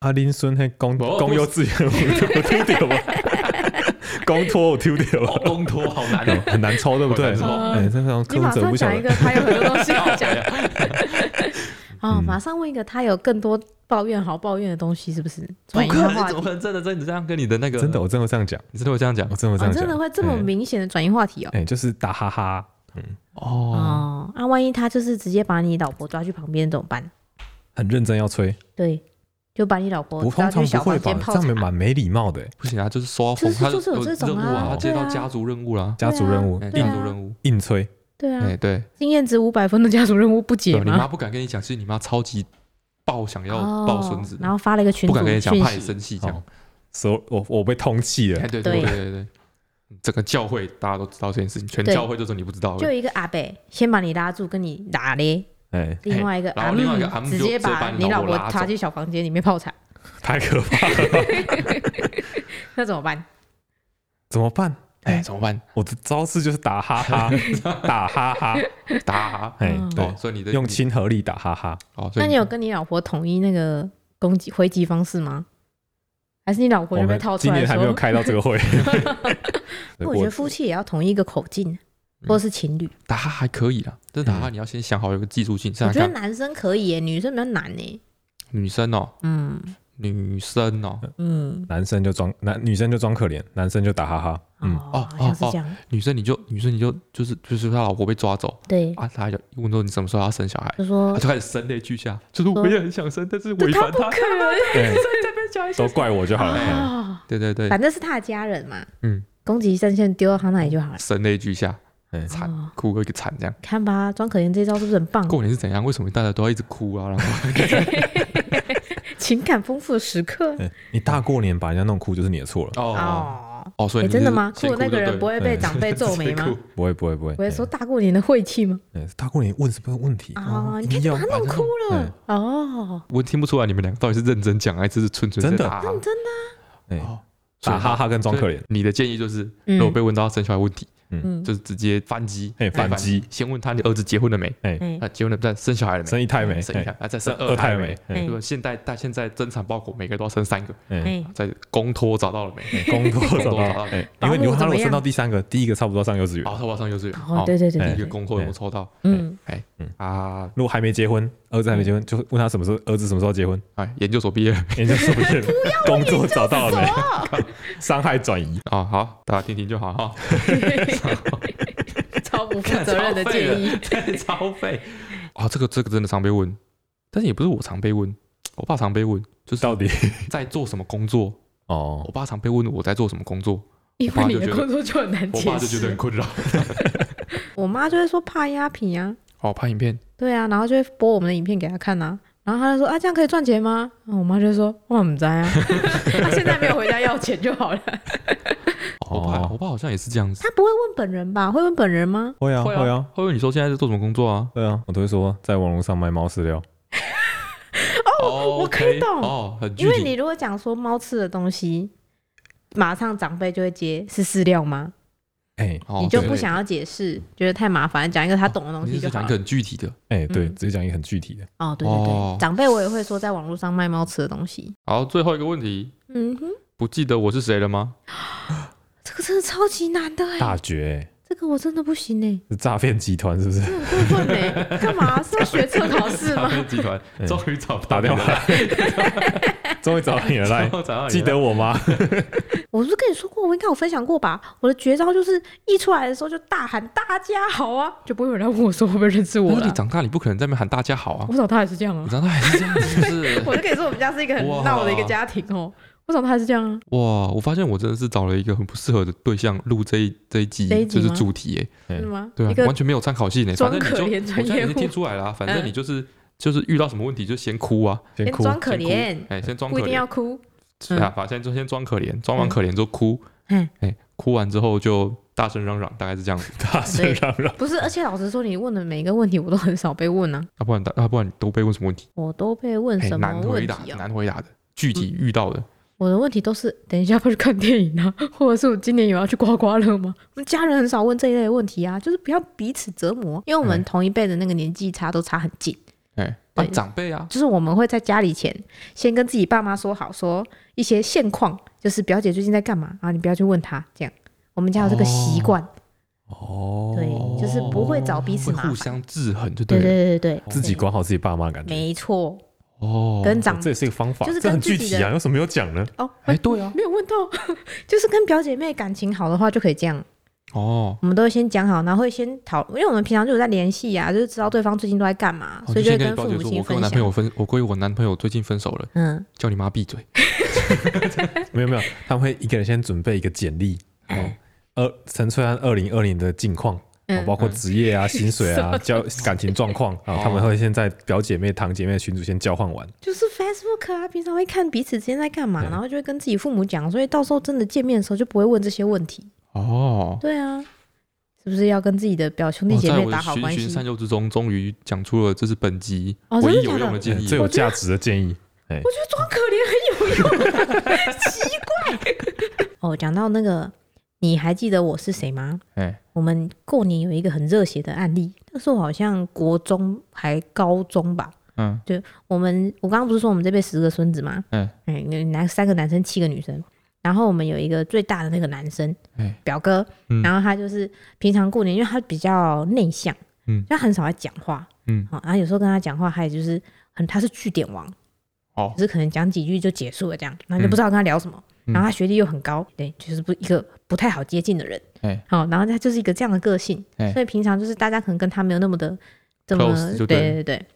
阿林孙那公哦公幼稚园 [laughs] 我丢掉 [laughs] 吧，公托我丢掉吧，公托好难哦。很难抽对 [laughs] 不对很难？抽哦哎，这种你科马普者上不晓讲一得个，他有很多东西要讲哎呀 [laughs] 哦，嗯马上问一个他有更多抱怨好抱怨的东西是不是？不转移可他话能，题怎么可能真的真的这样跟你的那个真的，我真的会这样讲，你真的会这样讲哎我真的会这哦，样真的讲，会这么明显的转移话题哦。哎，就是打哈哈，嗯哦？哦，那万一他就是直接把你老婆抓去旁边怎么办？很认真要吹，对，就把你老婆不抓通去常不小会房吧间？泡这样没茶。蛮没礼貌的，哎不行啊，就是收到风，就是他就是有这种任务啊他接到对啊家族任务啦，家族任务哎对家啊族任务，硬吹，对啊哎，对。经验值五百分的家族任务不解对，你妈吗？不敢跟你讲，其实你妈超级爆想要哦，抱孙子的，然后发了一个群不主敢跟你讲，讯怕你息，生气这样哦。所以我我被通气了哎，，对对对对对对，整个教会大家都知道这件事情，全对教会就说你不知道而已。就有一个阿伯先把你拉住，跟你打嘞，哎，另外一个然后阿姆另外一个阿姆直就接直接把把你你老老婆婆拉拉走去小房间里面泡茶，太可怕了，那怎么办？怎么办？哎，怎么办？我的招式就是打 [laughs] 哈哈，打哈哈，打哈。哎嗯，对哦，，所以你的用亲和力打哈哈，哦，所那以你有跟你老婆统一那个攻击回击方式吗？还是你老婆我就被们套出今来年还没有说？开到这 [laughs] 个会。不我觉得夫妻也要统一一个口径，嗯或是情侣。打哈还可以啦，但是打哈嗯你要先想好有个技术性，我想觉得想啊看男生可以耶，女生比较难耶。女生哦，嗯女生哦，嗯，男生就装男，女生就装可怜，男生就打哈哈。嗯，哦哦，好像是哦这样。女生你就女生你就就是就是他老婆被抓走对，啊，他就问说你什么时候要生小孩，就说他就开始声泪俱下，就是我说也很想生，但是这违他反嗯不他。可能 [laughs] 对，讲一下都怪我就好了。哎啊，对对对，反正是他的家人嘛。嗯，攻击战线丢到他那里就好了。声泪俱下，嗯惨哦哭个一个惨这样。看吧，装可怜这招是不是很棒？过年是怎样？为什么大家都要一直哭啊？然 [laughs] 后情感丰富的时刻哎你大过年把人家弄哭就是你的错了，哦哦。哦，所以哎，你就是真的吗？先哭的那个人不 [laughs] 会被嗯长辈就皱眉对 [laughs] 吗？先哭不会不会不会，不会说哎大过年的晦气吗？哎大过年问什么问题哦，你一定看要把他弄哭哎了哦，我听不出来你们两个到底是认真讲还是纯粹真的打认真的啊哎哦打哈哈跟装可怜。你的建议就是，嗯如果被问到生小孩问题，嗯，就是直接反击，哎反击，先问他你儿子结婚了没？哎，哎啊，结婚了不？但生小孩了生没？一胎没？生一胎哎，啊，再生二二胎胎没没？？哎哎对吧？现在但现在增产报国，每个都要生三个，哎，哎，在公托找到了嗯没？哎工作找工作找到到哎，保姆因为你如果他怎么如果样升到第三个，第一个差不多上幼稚园哦，，他晚上幼稚园，哦好，对对对第一对个对，公哎托有没有抽到？嗯，哎嗯啊，如果还没结婚，儿子还没结婚，就问他什么时候儿子什么时候 [laughs] 结婚，哎，研究所毕业了。 [laughs] 研究所毕业了，工作找到了没？伤害转移， [laughs] 啊、好，大家听听就好哈。超不负责任的建议， [laughs] 超 [laughs] 费啊，这个这个真的常被问，但是也不是我常被问，我爸常被问，就是到底在做什么工作。哦我，爸常被问我在做什么工作，因为你的工作就很难我解爸就觉得很释。困扰。我妈就会说怕压平啊，哦，拍影片，对啊，然后就会播我们的影片给她看啊。然后她就说啊，这样可以赚钱吗？然后我妈就说我怎么知道 [laughs] 啊？她现在没有回家要钱就 [laughs] 好了。我爸我爸好像也是这样子。她不会问本人吧？会问本人吗？会啊会啊，会问你说现在在做什么工作啊？对啊，我都会说在网络上卖猫饲料。哦我可以 OK，懂哦，很具因为体。你如果讲说猫吃的东西，马上长辈就会接是饲料吗？哎哦你就对哦不想要解释，觉得太麻烦，讲一个他懂的东你西是就好讲一了个。很具体的。哎，对，嗯直接讲一个很具体的，哦，对对对，哦长辈我也会说在网络上卖猫吃的东西。好，最后一个问题，嗯哼，不记得我是谁了吗？这个真的超级难的哎、大绝这个个我真的不行欸呢、是诈骗集团是 [laughs] 不是？这很过分呢、 [laughs] 干嘛、是要学测考试 [laughs] 诈吗？骗集团嗯终于找打电话来，终于找到你了，[laughs] 来找，到你了记得我吗？我是不是跟你说过，我应该有分享过吧？我的绝招就是一出来的时候就大喊“大家好啊”，就不会有人来问我说会不会认识我但是了你。长大，你不可能在那边喊大家好啊！我长大还是这样啊你，长啊大还是这样，是不是？我就跟你说，我们家 [laughs] 是一个很哇闹的一个家庭哦。我长大还是这样啊，哇，我发现我真的是找了一个很不适合的对象录这一这一集，这一集就吗是主题哎，是吗？对一啊，个完全没有参考性哎，装反正你可就怜我专现在业已经户听出来了啊，反正嗯你就是就是遇到什么问题就先哭啊，先先哭，装可先哭怜，哎，先装不嗯可一定怜要，哭。是啊，反正就先装可怜，装嗯完可怜之后哭，嗯哎，哭完之后就大声嚷嚷，大概是这样子，大声嚷嚷，不是，而且老实说，你问的每一个问题我都很少被问啊，要不然要不然你都被问什么问题？我都被问哎，什么难问回答，题啊？嗯难回答的，具体遇到的，我的问题都是等一下要不要去看电影啊， [laughs] 或者是我今年有要去刮刮乐吗？我们家人很少问这一类的问题啊，就是不要彼此折磨，因为我们嗯同一辈的那个年纪差都差很近，哎，啊对长辈啊，就是我们会在家里前先跟自己爸妈说好，说一些现况，就是表姐最近在干嘛啊，你不要去问她，这样我们家有这个习惯，哦，对，就是不会找彼此会麻互烦，相制衡，就对了。对对对对，自己管好自己爸妈，感觉没错，哦，跟长哦这也是一个方法，就是这跟很具自己体的啊，有什么没有讲呢？哦，哎对啊，没有问到， [laughs] 就是跟表姐妹感情好的话就可以这样。哦，我们都会先讲好，然后会先讨，因为我们平常就有在联系啊，就是知道对方最近都在干嘛，我所以就哦会先跟你父抱歉母说，亲我跟分我男朋享。友分，我跟我男朋友最近分手了，嗯，叫你妈闭嘴。没有没有，他们会一个人先准备一个简历，哎哦，二陈翠安二零二零的近况。哦嗯包括职业 [laughs] 啊、薪水啊、交感情状况啊，他们会先在表姐妹、堂姐妹的群组先交换完。就是 Facebook 啊，平常会看彼此之间在干嘛，嗯然后就会跟自己父母讲，所以到时候真的见面的时候就不会问这些问题。哦，对啊，是不是要跟自己的表兄弟哇姐哦在妹我的打好循关循系善？诱之中，终于讲出了这是本集哦真唯的一有用的假建嗯议最。有价值的建议，我觉得装可怜很有用， [laughs] 奇怪。哦，讲到那个，你还记得我是谁吗？哎，我们过年有一个很热血的案例，那时候好像国中还高中吧。嗯，我们我刚刚不是说我们这边十个孙子吗？嗯哎，男三个男生，七个女生。然后我们有一个最大的那个男生哎，表哥嗯，然后他就是平常过年，因为他比较内向，嗯就他很少在讲话，哦嗯好，然后有时候跟他讲话，还有就是很他是据点王，哦只是可能讲几句就结束了这样，然后就不知道跟他聊什么。嗯然后他学历又很高，对，就是不一个不太好接近的人哎。好，然后他就是一个这样的个性哎，所以平常就是大家可能跟他没有那么的这么 Close 就对对了对对。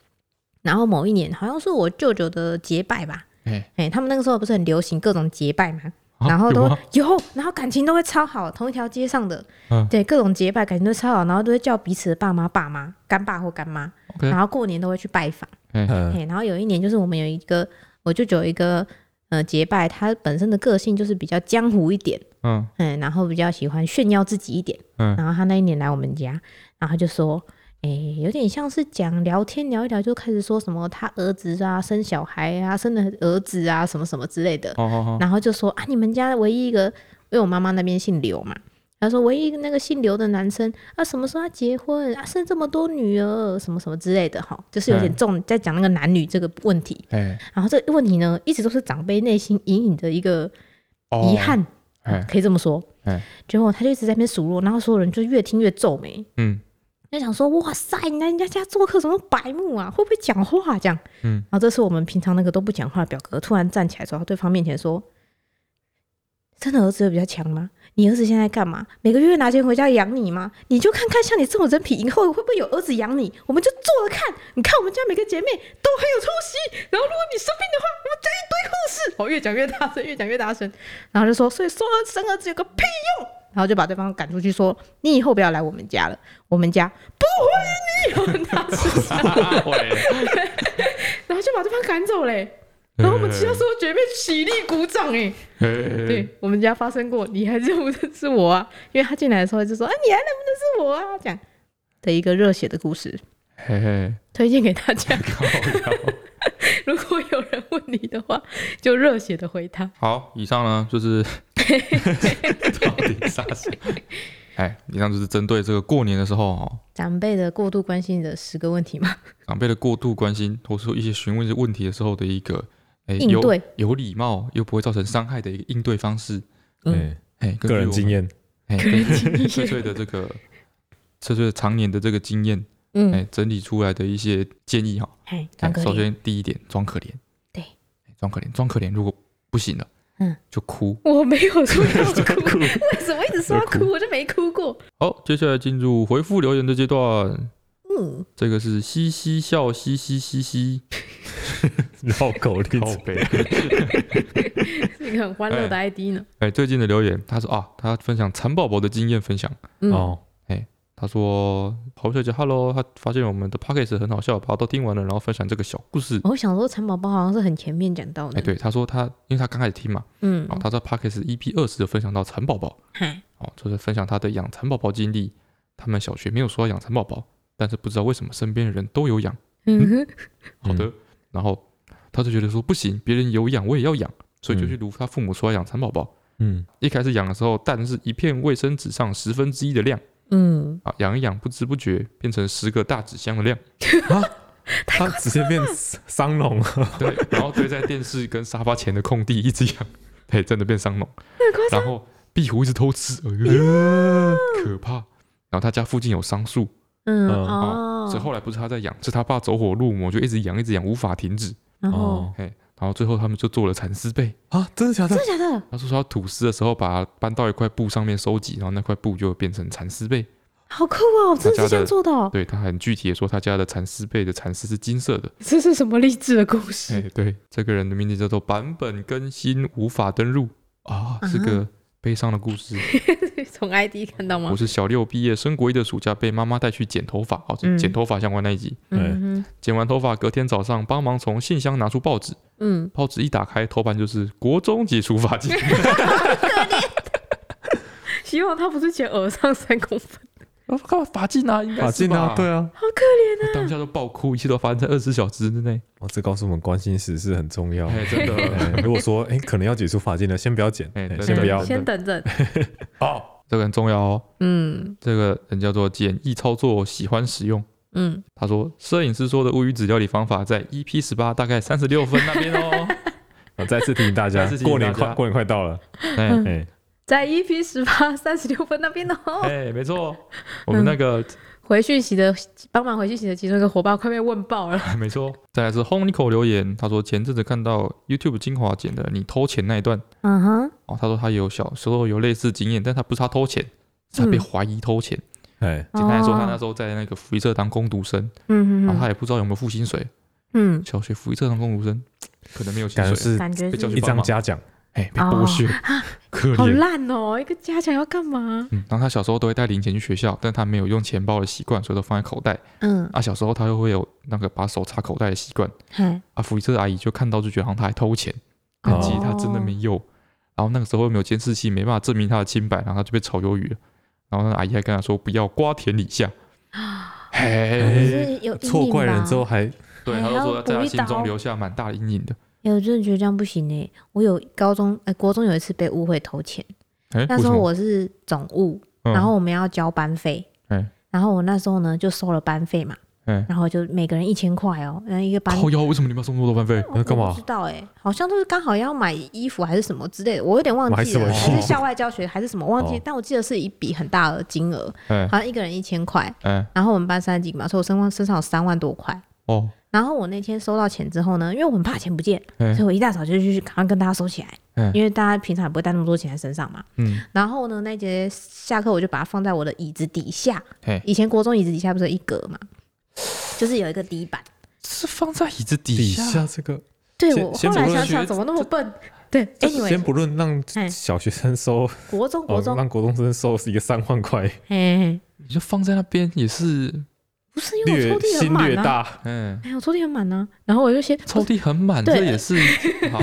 然后某一年好像是我舅舅的结拜吧，哎，哎，他们那个时候不是很流行各种结拜吗？啊 [laughs] 然后有都吗有，然后感情都会超好，同一条街上的，嗯对各种结拜感情都超好，然后都会叫彼此的爸妈、爸妈、干爸或干妈 OK 然后过年都会去拜访。嗯，哎嘿，然后有一年就是我们有一个，我舅舅有一个呃结拜，他本身的个性就是比较江湖一点，嗯嗯，然后比较喜欢炫耀自己一点，嗯然后他那一年来我们家，然后他就说。哎、有点像是讲聊天聊一聊，就开始说什么他儿子啊生小孩啊生了儿子啊什么什么之类的，哦哦然后就说啊，你们家唯一一个，因为我妈妈那边姓刘嘛，她说唯一那个姓刘的男生啊，什么时候要结婚啊，生这么多女儿，什么什么之类的哈，就是有点嗯重在讲那个男女这个问题。哎，然后这个问题呢，一直都是长辈内心隐隐的一个哦遗，憾，哎可以这么说哎。结果他就一直在那边数落，然后所有人就越听越皱眉。 [laughs] 嗯就想说，哇塞，你来人家家做客，什么白目啊？会不会讲话、这样，嗯然后这是我们平常那个都不讲话的表哥，突然站起来走到对方面前说：“真的儿子有比较强吗？你儿子现在干嘛？每个月拿钱回家养你吗？你就看看像你这种人品，以后会不会有儿子养你？我们就做着看。你看我们家每个姐妹都很有出息。然后如果你生病的话，我们家一堆护士。哦，越讲越大声，越讲越大声。然后就说，所以说生儿子有个屁用。”然后就把对方赶出去，说：“你以后不要来我们家了，我们家不欢迎你。” [laughs] 然后拿出手 [laughs] 喂然后就把对方赶走嘞、然后我们其他所有姐妹起立鼓掌哎、哎哎哎对我们家发生过，你还认不认识我啊？因为他进来的时候就说啊，你还认不认识我啊？这样的一个热血的故事，嘿嘿，。推荐给大家哎 [laughs] 靠腰如果有人问你的话，就热血的回答。好，以上呢就是 [laughs] 到底啥事？哎，以上就是针对这个过年的时候哦，长辈的过度关心的十个问题嘛，嗯长辈的过度关心，或是说一些询问一些问题的时候的一个，哎，应有对有礼貌又不会造成伤害的一个应对方式。嗯哎哎，根据个人我经验，哎，个人 [laughs] 根据经验翠翠的这个这就是常年的这个经验，哎、嗯，整理出来的一些建议哈。哎嘿，装可首怜，先第一点，装可怜。对哎，装可怜，装可怜，如果不行了，嗯，就哭。我没有说要哭，哭为什么一直说要哭？我就没哭过。好，接下来进入回复留言的阶段，嗯，这个是嘻嘻笑，嘻嘻嘻嘻，绕口令，背。是一个很欢乐的 ID 呢。 [laughs] 哎，最近的留言，他说啊，他分享蚕宝宝的经验分享。嗯，哦，他说：“好小姐，Hello，他发现我们的 p o c k e t 很好笑，把它都听完了，然后分享这个小故事。哦我想说蚕宝宝好像是很前面讲到的。哎，对，，他说他，因为他刚开始听嘛，嗯然，后他在 p o c k e t EP 二十有分享到蚕宝宝，嗨，哦，就是分享他的养蚕宝宝经历。他们小学没有说要养蚕宝宝，但是不知道为什么身边的人都有养。嗯哼，好的，然后他就觉得说不行，别人有养我也要养，所以就嗯去如他父母说要养蚕宝宝。嗯，一开始养的时候，蛋是一片卫生纸上十分之一的量嗯，啊，养一养不知不觉变成十个大纸箱的量。”他直接变桑龙了，对，然后堆在电视跟沙发前的空地一直养，对，真的变伤农。然后壁虎一直偷吃，哎呃、可怕。然后他家附近有桑树，嗯，嗯哦，所以后来不是他在养，是他爸走火入魔，就一直养，一直养，无法停止。然后哦哎，然后最后他们就做了蚕丝被。啊，真的假真的？的假的？他说说要吐丝的时候，把它搬到一块布上面收集，然后那块布就变成蚕丝被。好酷哦，真的是这样做的哦。对他很具体的说，他家的蚕丝被的蚕丝是金色的。 [laughs] 这是什么励志的故哎事？，对，这个人的名字叫做版本更新无法登录啊，是个悲伤的故事。 [laughs] 从 ID 看到吗我？是小六毕业升国一的暑假，被妈妈带去剪头发，哦，嗯是剪头发相关那一集。嗯哼剪完头发，隔天早上帮忙从信箱拿出报纸，嗯，报纸一打开，头版就是国中解除法禁。 [laughs] 希望他不是剪耳上三公分，我靠，法禁啊，应该法是进吧啊，对，啊，好可怜。我 [laughs] 当下就爆哭，一切都发生在二十小时之内。哦，这告诉我们关心时事很重要。哎，真的，哎如果说哎，可能要解除法禁了，先不要剪，哎哎对先不要对。先等等。这个很重要哦。嗯这个人叫做简易操作，喜欢使用。嗯，他说，摄影师说的乌鱼子料理方法在 EP 十八大概三十六分那边 [laughs] 哦。啊再次提醒大家再次，提醒过年大家快过年快到了，哎哎，在 EP 十八三十六分那边哦。哎，没错，嗯我们那个回讯息的帮忙回讯息的其中一个伙伴快被问爆了。 [laughs] 没错，再来是 Honico 留言，他说前阵子看到 YouTube 精华剪的你偷钱那一段嗯哼，哦，他说他有小时候有类似经验，但他不是他偷钱，是他被嗯怀疑偷钱。哎，简单来说，哦他那时候在那个福利社当工读生，嗯然嗯后他也不知道有没有付薪水，嗯，小学福利社当工读生可能没有薪感觉水，是感觉被叫是去一帮张忙，嘉奖，哎，被剥哦削，可啊好怜。烂哦，一个家长要干嘛？嗯，然后他小时候都会带零钱去学校，但他没有用钱包的习惯，所以都放在口袋。嗯，啊，小时候他又会有那个把手插口袋的习惯，嗨，啊，福利社的阿姨就看到就觉得好像他还偷钱，哦但其实他真的没有。然后那个时候又没有监视器，没办法证明他的清白，然后他就被炒鱿鱼了。然后那个阿姨还跟他说不要瓜田李 [gasps] 下，可嘿，是哎有错怪人之后还对，他就说在他心中留下蛮大的阴影的。哎、我真的觉得这样不行哎、我有高中哎、国中有一次被误会偷钱，哎，那时为什候么，我是总务，嗯然后我们要交班费，哎然后我那时候呢就收了班费嘛，哎，然后就每个人一千块哦，然后一个班。靠腰，为什么你们要送那么多 [laughs] 班费？我那干嘛我不知道哎、好像都是刚好要买衣服还是什么之类的，我有点忘买记什了，么还衣是服校外教学还是什么忘记，哦但我记得是一笔很大的金额，哎好像一个人一千块，哎然后我们班三十几个嘛，所以我身上身上有三万多块。哦然后我那天收到钱之后呢，因为我很怕钱不见，哎所以我一大早就去赶快跟大家收起来，哎嗯因为大家平常也不会带那么多钱在身上嘛。 [laughs] 嗯然后呢，那节下课我就把它放在我的椅子底下。哎嘿，以前国中椅子底下不是有一格嘛，就是有一个底板。是放在椅子底底下。下这个，对先我后先不来论想学想，怎么那么笨？对先，anyway，不论哎让小学生收，国中国哦，中，让国中生收是一个三万块，嘿嘿，嘿你就放在那边也是，不是因为略我抽屉很心略满啊，大，嗯，哎，我抽屉很满呢。然后我就先抽屉很满，对这 [laughs] 也是好，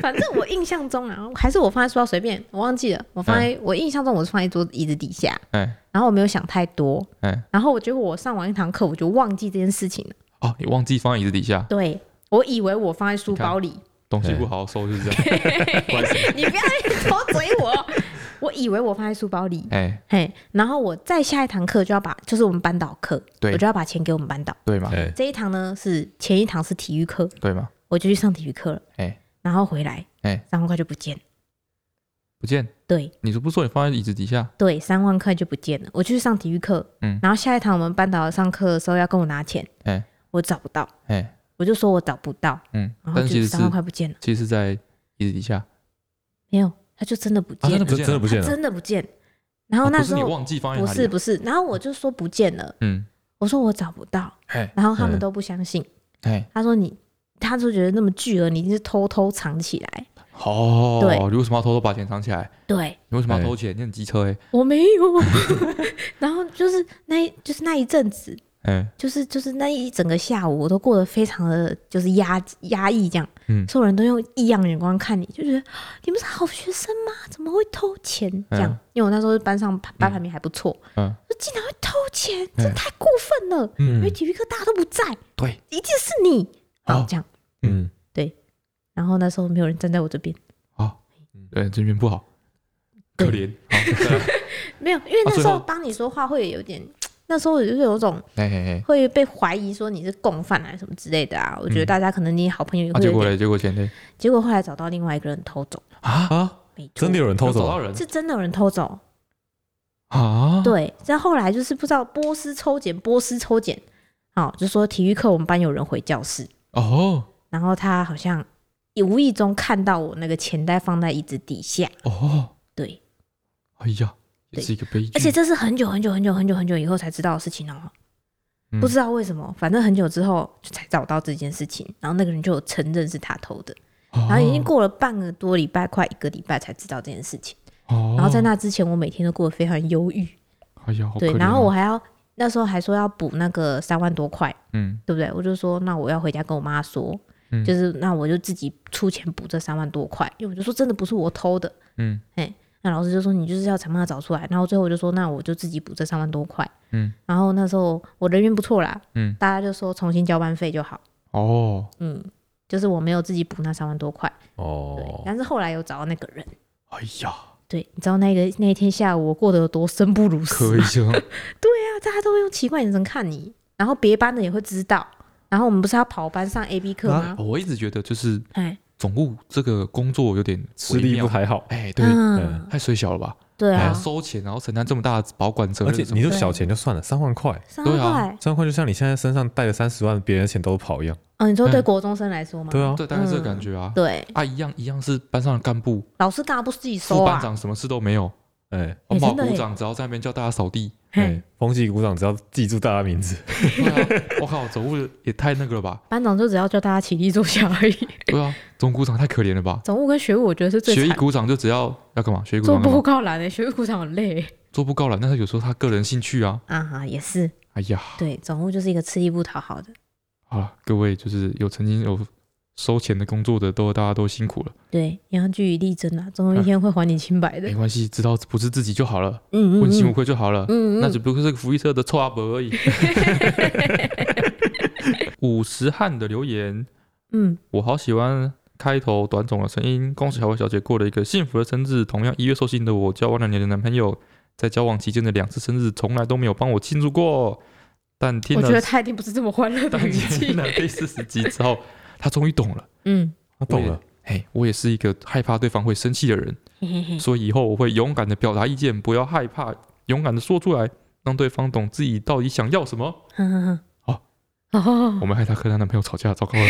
反正我印象中啊，还是我放在书包随便，我忘记了。我放嗯在、我印象中我是放在桌椅子底下，哎然后我没有想太多，哎，然后我结果我上完一堂课我就忘记这件事情了。哦，你忘记放在椅子底下，对我以为我放在书包里，东哎西不好好收就是这 [laughs] 样，你不要一直偷嘴我， [laughs] 我以为我放在书包里。哎，嘿，然后我再下一堂课就要把，就是我们班导课，对我就要把钱给我们班导。对嘛，哎，这一堂呢是前一堂是体育课，对嘛，我就去上体育课了。哎然后回来，哎三万块就不见了。不见。对你不是说你放在椅子底下？对，三万块就不见了。我去上体育课，嗯然后下一堂我们班导上课的时候要跟我拿钱，哎我找不到，哎，我就说我找不到，嗯，然后但就是其实三万是块不见了，其实是在椅子底下，没有，他就真的不啊见真了的，不真见了真的不它见了，真的不见。然后哦那不时是你候、忘记放在不哪里是了？不是，然后我就说不见了，嗯，我说我找不到，哎然后他们嗯都不相信，哎，他说你，他就觉得那么巨额，你一定是偷偷藏起来。哦，对你为什么要偷偷把钱藏起来？对你为什么要哎偷钱？你很机车哎，我没有， [laughs] 然后就是那一就是那一阵子，哎，就是就是那一整个下午，我都过得非常的就是压压抑，这样，嗯所有人都用异样眼光看你，就觉得你们是好学生吗？怎么会偷钱？这样，嗯因为我那时候班上班排名还不错，嗯就竟然会偷钱，这嗯太过分了！因为嗯体育课大家都不在，对，一定是你，然后哦这样，嗯，然后那时候没有人站在我这边，好，哦对，这边不好，可对怜，好，再来没有，因为啊那时最候后帮你说话会有点，那时候我就是有种哎哎哎，会被怀疑说你是共犯啊什么之类的啊。我觉得嗯大家可能你好朋友也啊，会结有果点，嘞，结果钱嘞，结果后来找到另外一个人偷走，啊啊，没错，真的有人偷有找走啊到了，人是真的有人偷走。啊，对，再后来就是不知道波斯抽检，波斯抽检，哦，就说体育课我们班有人回教室，哦然后他好像也无意中看到我那个钱袋放在椅子底下，哦，对，哎呀，也对是一个悲剧，而且这是很久很久很久很久很久以后才知道的事情哦，嗯不知道为什么，反正很久之后就才找到这件事情，然后那个人就有承认是他偷的，然然后已经过了半个多礼拜，快一个礼拜才知道这件事情，哦，然后在，那之前我每天都过得非常忧郁，哎呀，好对可，怜然后我哦，还要那时候还说要补那个三万多块。嗯对不对？我就说那我要回家跟我妈说，嗯就是那我就自己出钱补这三万多块，因为我就说真的不是我偷的。嗯那老师就说你就是要想办法找出来，然后最后我就说那我就自己补这三万多块。嗯，然后那时候我人缘不错啦，嗯，大家就说重新交班费就好，哦嗯，就是我没有自己补那三万多块，对，哦，但是后来有找到那个人，哎呀，对，你知道那个那一天下午我过得有多生不如死可以吗？ [laughs] 生，对啊，大家都会用奇怪眼神看你，然后别班的也会知道，然后我们不是要跑班上 A 啊 B 课吗？哦我一直觉得就是哎，总务这个工作有点吃力不微妙，还好，哎，对，嗯嗯，太水小了吧？对还啊要，收钱，然后承担这么大的保管责而任且什么的，你就小钱就算了，三万块，三对万啊块。三万块就像你现在身上带着三十万，别人的钱都跑一样，哦，你说对嗯国中生来说吗？对啊，对，大概这个感觉啊。对，啊，一样一样是班上的干部，老师干嘛不自己收副班啊？长什么事都没有，哎环保真的股耶长只要在那边叫大家扫地。嘿，哎，风纪股长只要记住大家名字，对啊，我靠，总务也太那个了吧？班长就只要叫大家起立坐下而 [laughs] 已。对啊，总股长太可怜了吧？总务跟学务我觉得是最学艺惨，股长就只要要干嘛？学艺股做长干不嘛高难的，学务股长很累做不高了，但是有时候他个人兴趣啊。啊哈，也是哎呀，对，总务就是一个吃力不讨好的，好了，各位就是有曾经有收钱的工作的都大家都辛苦了，对，你要据以力争嗯啊，总有一天会还你清白的没。关系，知道不是自己就好了，嗯嗯问哎心无嗯愧就好了。嗯那嗯只不过是个福利社的臭阿伯 [laughs] 而已。五十汉的留言，嗯，我好喜欢开头短总的声音。恭喜小薇小姐过了一个幸福的生日。同样一月受信的我，交往两年的男朋友，在交往期间的两次生日，从来都没有帮我庆祝过。但听我了觉得他一定不是这么欢乐的但语气听。了第四十集之后，他终于懂了。嗯，他懂了，嘿，哎我也是一个害怕对方会生气的人，嘿嘿嘿，所以以后我会勇敢的表达意见，不要害怕，勇敢的说出来，让对方懂自己到底想要什么。哼哼哼 [laughs] 哦。 [laughs] 哦我，们害她和她男朋友吵架，糟糕了。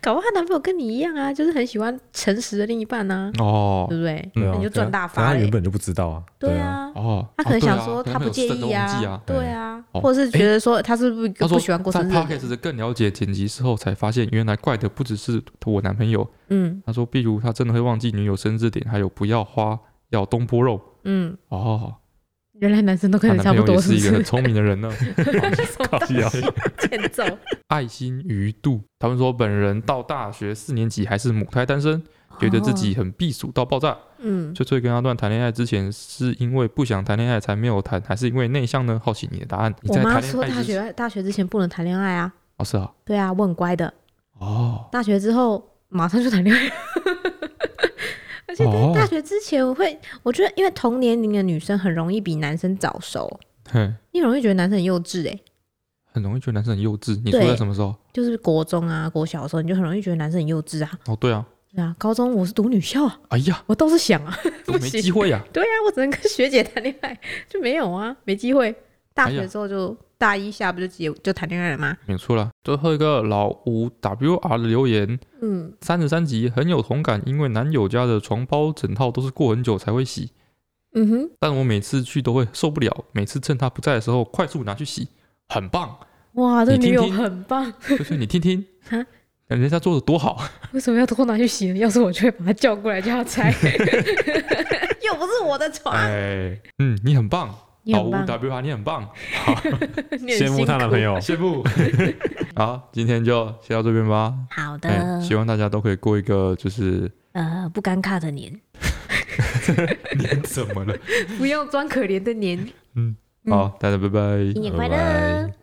搞不好她男朋友跟你一样啊，就是很喜欢诚实的另一半啊， [laughs] 哦对不对？嗯对啊那你就赚大但发他嘞原。本就不知道啊，对啊，啊，哦，他可能哦对啊想说可他能不介没有意慎重忘记啊。对对啊，哦或者是觉得说他是不是一他个说不喜欢过在生日的 podcast 更了解剪辑之后，才发现原来怪的不只是我男朋友。嗯他说，比如他真的会忘记女友生日点，还有不要花，要东坡肉。嗯，哦，原来男生都她跟你男差朋不友多，也是是不一个很 [laughs] 是？聪明的 [laughs] 人呢。呀，啊欠揍。爱心鱼肚，他们说本人到大学四年级还是母胎单身， [laughs] 啊觉得自己很避暑到爆炸。嗯，翠翠跟阿段谈恋爱之前，是因为不想谈恋爱才没有谈，还是因为内向呢？好奇你的答案。你我在妈谈恋说爱大之前，学大学之前不能谈恋爱啊，哦是啊，对啊，我很乖的，哦大学之后马上就谈恋爱。 [laughs] 而且在哦大学之前，我会我觉得因为同年龄的女生很容易比男生早熟，嘿，你很容易觉得男生很幼稚哎、很容易觉得男生很幼稚。你说对在什么时候？就是国中啊、国小的时候，你就很容易觉得男生很幼稚啊，哦对啊，是啊，高中我是读女校啊，哎呀，我倒是想啊， [laughs] 我不没行机会呀、对啊，我只能跟学姐谈恋爱， [laughs] 就没有啊，没机会。大哎呀学之后就、大一下不就结就谈恋爱了吗？没错啦。最后一个老吴 WR 的留言，嗯，三十三集很有同感，因为男友家的床包整套都是过很久才会洗，嗯哼，但我每次去都会受不了，每次趁他不在的时候快速拿去洗，很棒。哇，这你听女友听很棒，就是你听听 [laughs] 哈，啊人家做的多好，为什么要偷拿去洗呢？要是我就会把她叫过来叫她拆， [laughs] 又不是我的床，哎，嗯，你很棒，你老很吴棒， W R 你很棒， [laughs] 你很啊羡慕她男朋辛苦。友。羡慕。 [laughs] 好，今天就先到这边吧。好的，哎，希望大家都可以过一个就是呃，不尴尬的年，年怎么了？不用装可怜的年，好，大家拜拜，嗯新年快拜拜乐。